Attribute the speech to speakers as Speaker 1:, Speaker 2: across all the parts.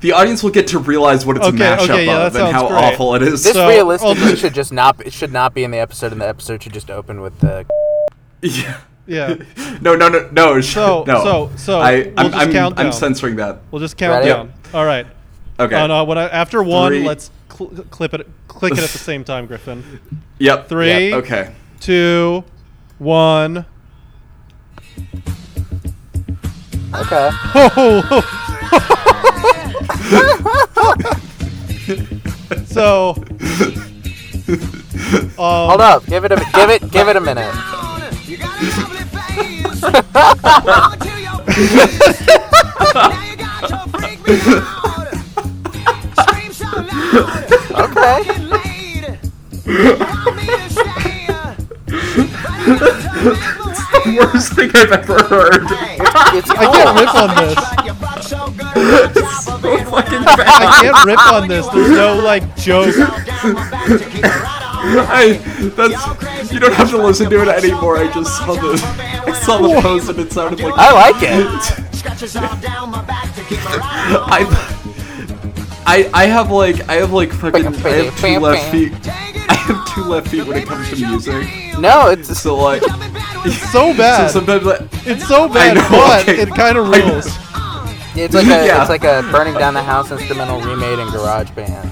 Speaker 1: the audience will get to realize what it's
Speaker 2: Okay,
Speaker 1: a mashup
Speaker 2: okay, yeah,
Speaker 1: of
Speaker 2: that
Speaker 1: and
Speaker 2: sounds
Speaker 1: how
Speaker 2: great.
Speaker 1: awful it is.
Speaker 3: This
Speaker 2: So- oh,
Speaker 3: realistically should just not be, should not be in the episode, and the episode should just open with the.
Speaker 1: yeah.
Speaker 2: Yeah.
Speaker 1: No, no, no, no. sh-
Speaker 2: So-
Speaker 1: no.
Speaker 2: so- so,
Speaker 1: I,
Speaker 2: we'll
Speaker 1: I'm,
Speaker 2: just
Speaker 1: I'm,
Speaker 2: count
Speaker 1: I'm
Speaker 2: down.
Speaker 1: censoring that.
Speaker 2: We'll just count
Speaker 3: Ready?
Speaker 2: down. All right.
Speaker 1: Okay.
Speaker 2: On, uh, when I, after one,
Speaker 1: Three.
Speaker 2: let let's cl- clip it, click it at the same time, Griffin.
Speaker 1: Yep.
Speaker 2: Three.
Speaker 1: Yep. Okay.
Speaker 2: Two, one.
Speaker 3: Okay.
Speaker 2: Oh. so, um,
Speaker 3: Hold up. Give it a give it give it a minute.
Speaker 4: You got a lovely face. All to your face. Now you got your freak me out. Scream so loud.
Speaker 3: Okay.
Speaker 4: Get laid. You want me to stay. But I'm not
Speaker 1: Worst thing I've ever heard.
Speaker 3: It's
Speaker 2: I can't
Speaker 3: cool.
Speaker 2: rip on this.
Speaker 4: You fuck so good on top of it. When
Speaker 1: Fucking
Speaker 4: I'm
Speaker 1: bad.
Speaker 2: I can't rip on this. There's no like joke.
Speaker 4: down my back to keep it right on.
Speaker 1: I, that's, you don't have to listen to it anymore. I just saw the, I saw the post and it sounded like.
Speaker 3: I like it.
Speaker 4: Scratches all down my back to keep it right on.
Speaker 1: I, I, I have like, I have like fucking, I have two left feet. I have two left feet when it comes to music.
Speaker 3: No, it's
Speaker 1: So like,
Speaker 2: It's so bad.
Speaker 1: so sometimes like,
Speaker 2: it's so bad,
Speaker 1: know,
Speaker 2: but
Speaker 1: okay.
Speaker 2: it kind of
Speaker 1: I know.
Speaker 2: rules.
Speaker 3: it's like a
Speaker 1: Yeah.
Speaker 3: it's like a burning down the house instrumental remade in Garage Band.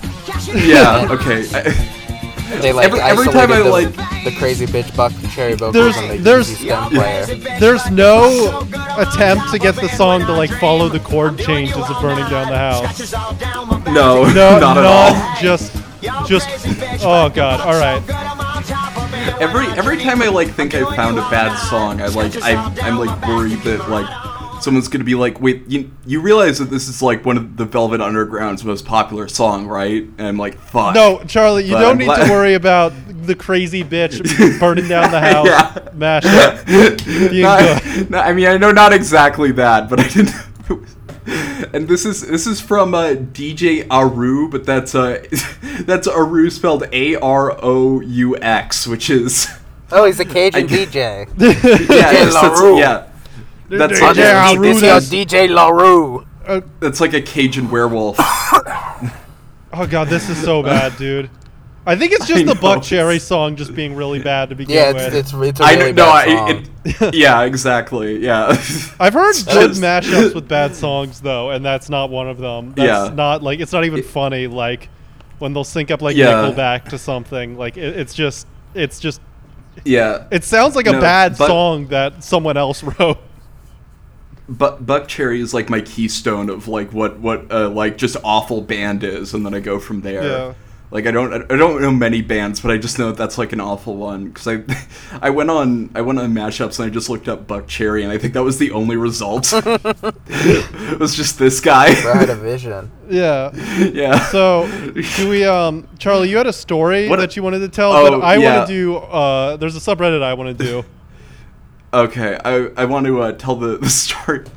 Speaker 1: yeah, okay. I,
Speaker 3: They like
Speaker 1: Every- every
Speaker 3: isolated
Speaker 1: time I,
Speaker 3: the,
Speaker 1: like-
Speaker 3: the crazy bitch buck cherry vocals
Speaker 2: There's-
Speaker 3: from the
Speaker 2: there's-
Speaker 3: Yeezy Stone player.
Speaker 2: There's no attempt to get the song to like follow the chord changes of burning down the house.
Speaker 1: no,
Speaker 2: No,
Speaker 1: not at
Speaker 2: none,
Speaker 1: all.
Speaker 2: Just, just. Oh god. All right.
Speaker 1: Every every time I like think I found a bad song, I like I I'm like worried that like someone's gonna be like, wait, you you realize that this is like one of the Velvet Underground's most popular song, right? And I'm like, fuck.
Speaker 2: No, Charlie, you
Speaker 1: But
Speaker 2: don't
Speaker 1: I'm
Speaker 2: need
Speaker 1: glad-
Speaker 2: to worry about the crazy bitch burning down the house
Speaker 1: Yeah.
Speaker 2: mashup.
Speaker 1: Not- not- I mean, I know not exactly that, but I didn't. And this is this is from uh, DJ Aru, but that's uh that's Aru spelled A R O U X, which is
Speaker 3: Oh, he's a Cajun
Speaker 1: I-
Speaker 3: DJ.
Speaker 1: yeah, yes, that's,
Speaker 3: LaRue.
Speaker 1: yeah. That's
Speaker 2: DJ
Speaker 1: like,
Speaker 2: Yeah,
Speaker 1: a,
Speaker 3: This-
Speaker 2: Aru.
Speaker 3: this
Speaker 2: that's-
Speaker 3: is DJ LaRue.
Speaker 1: that's like a Cajun werewolf.
Speaker 2: Oh god, this is so bad, dude. I think it's just
Speaker 1: I
Speaker 2: the
Speaker 1: know,
Speaker 2: Buck Cherry
Speaker 1: it's-
Speaker 2: song just being really bad to begin
Speaker 3: Yeah,
Speaker 2: with.
Speaker 3: it's it's, it's a
Speaker 1: I
Speaker 3: really
Speaker 1: know,
Speaker 3: bad
Speaker 1: no,
Speaker 3: song.
Speaker 1: I, it, yeah, exactly, yeah.
Speaker 2: I've heard good
Speaker 1: just-
Speaker 2: mashups with bad songs though, and that's not one of them. That's
Speaker 1: Yeah.
Speaker 2: not like it's not even funny. Like when they'll sync up like
Speaker 1: Yeah.
Speaker 2: Nickelback to something. Like it, it's just it's just
Speaker 1: yeah,
Speaker 2: it sounds like a
Speaker 1: No,
Speaker 2: bad
Speaker 1: but-
Speaker 2: song that someone else wrote.
Speaker 1: Buck Buck Cherry is like my keystone of like what what uh, like just awful band is, and then I go from there.
Speaker 2: Yeah.
Speaker 1: Like I don't I don't know many bands, but I just know that's like an awful one because I I went on I went on mashups and I just looked up Buck Cherry and I think that was the only result. it was just this
Speaker 3: Bro, I
Speaker 1: guy.
Speaker 3: had a vision.
Speaker 2: Yeah.
Speaker 1: yeah.
Speaker 2: So, do we, um, Charlie? You had a story
Speaker 1: What a-
Speaker 2: that you wanted to tell,
Speaker 1: Oh,
Speaker 2: but I
Speaker 1: yeah.
Speaker 2: want to do. Uh, there's a subreddit I want to do.
Speaker 1: Okay, I, I want to uh, tell the, the story.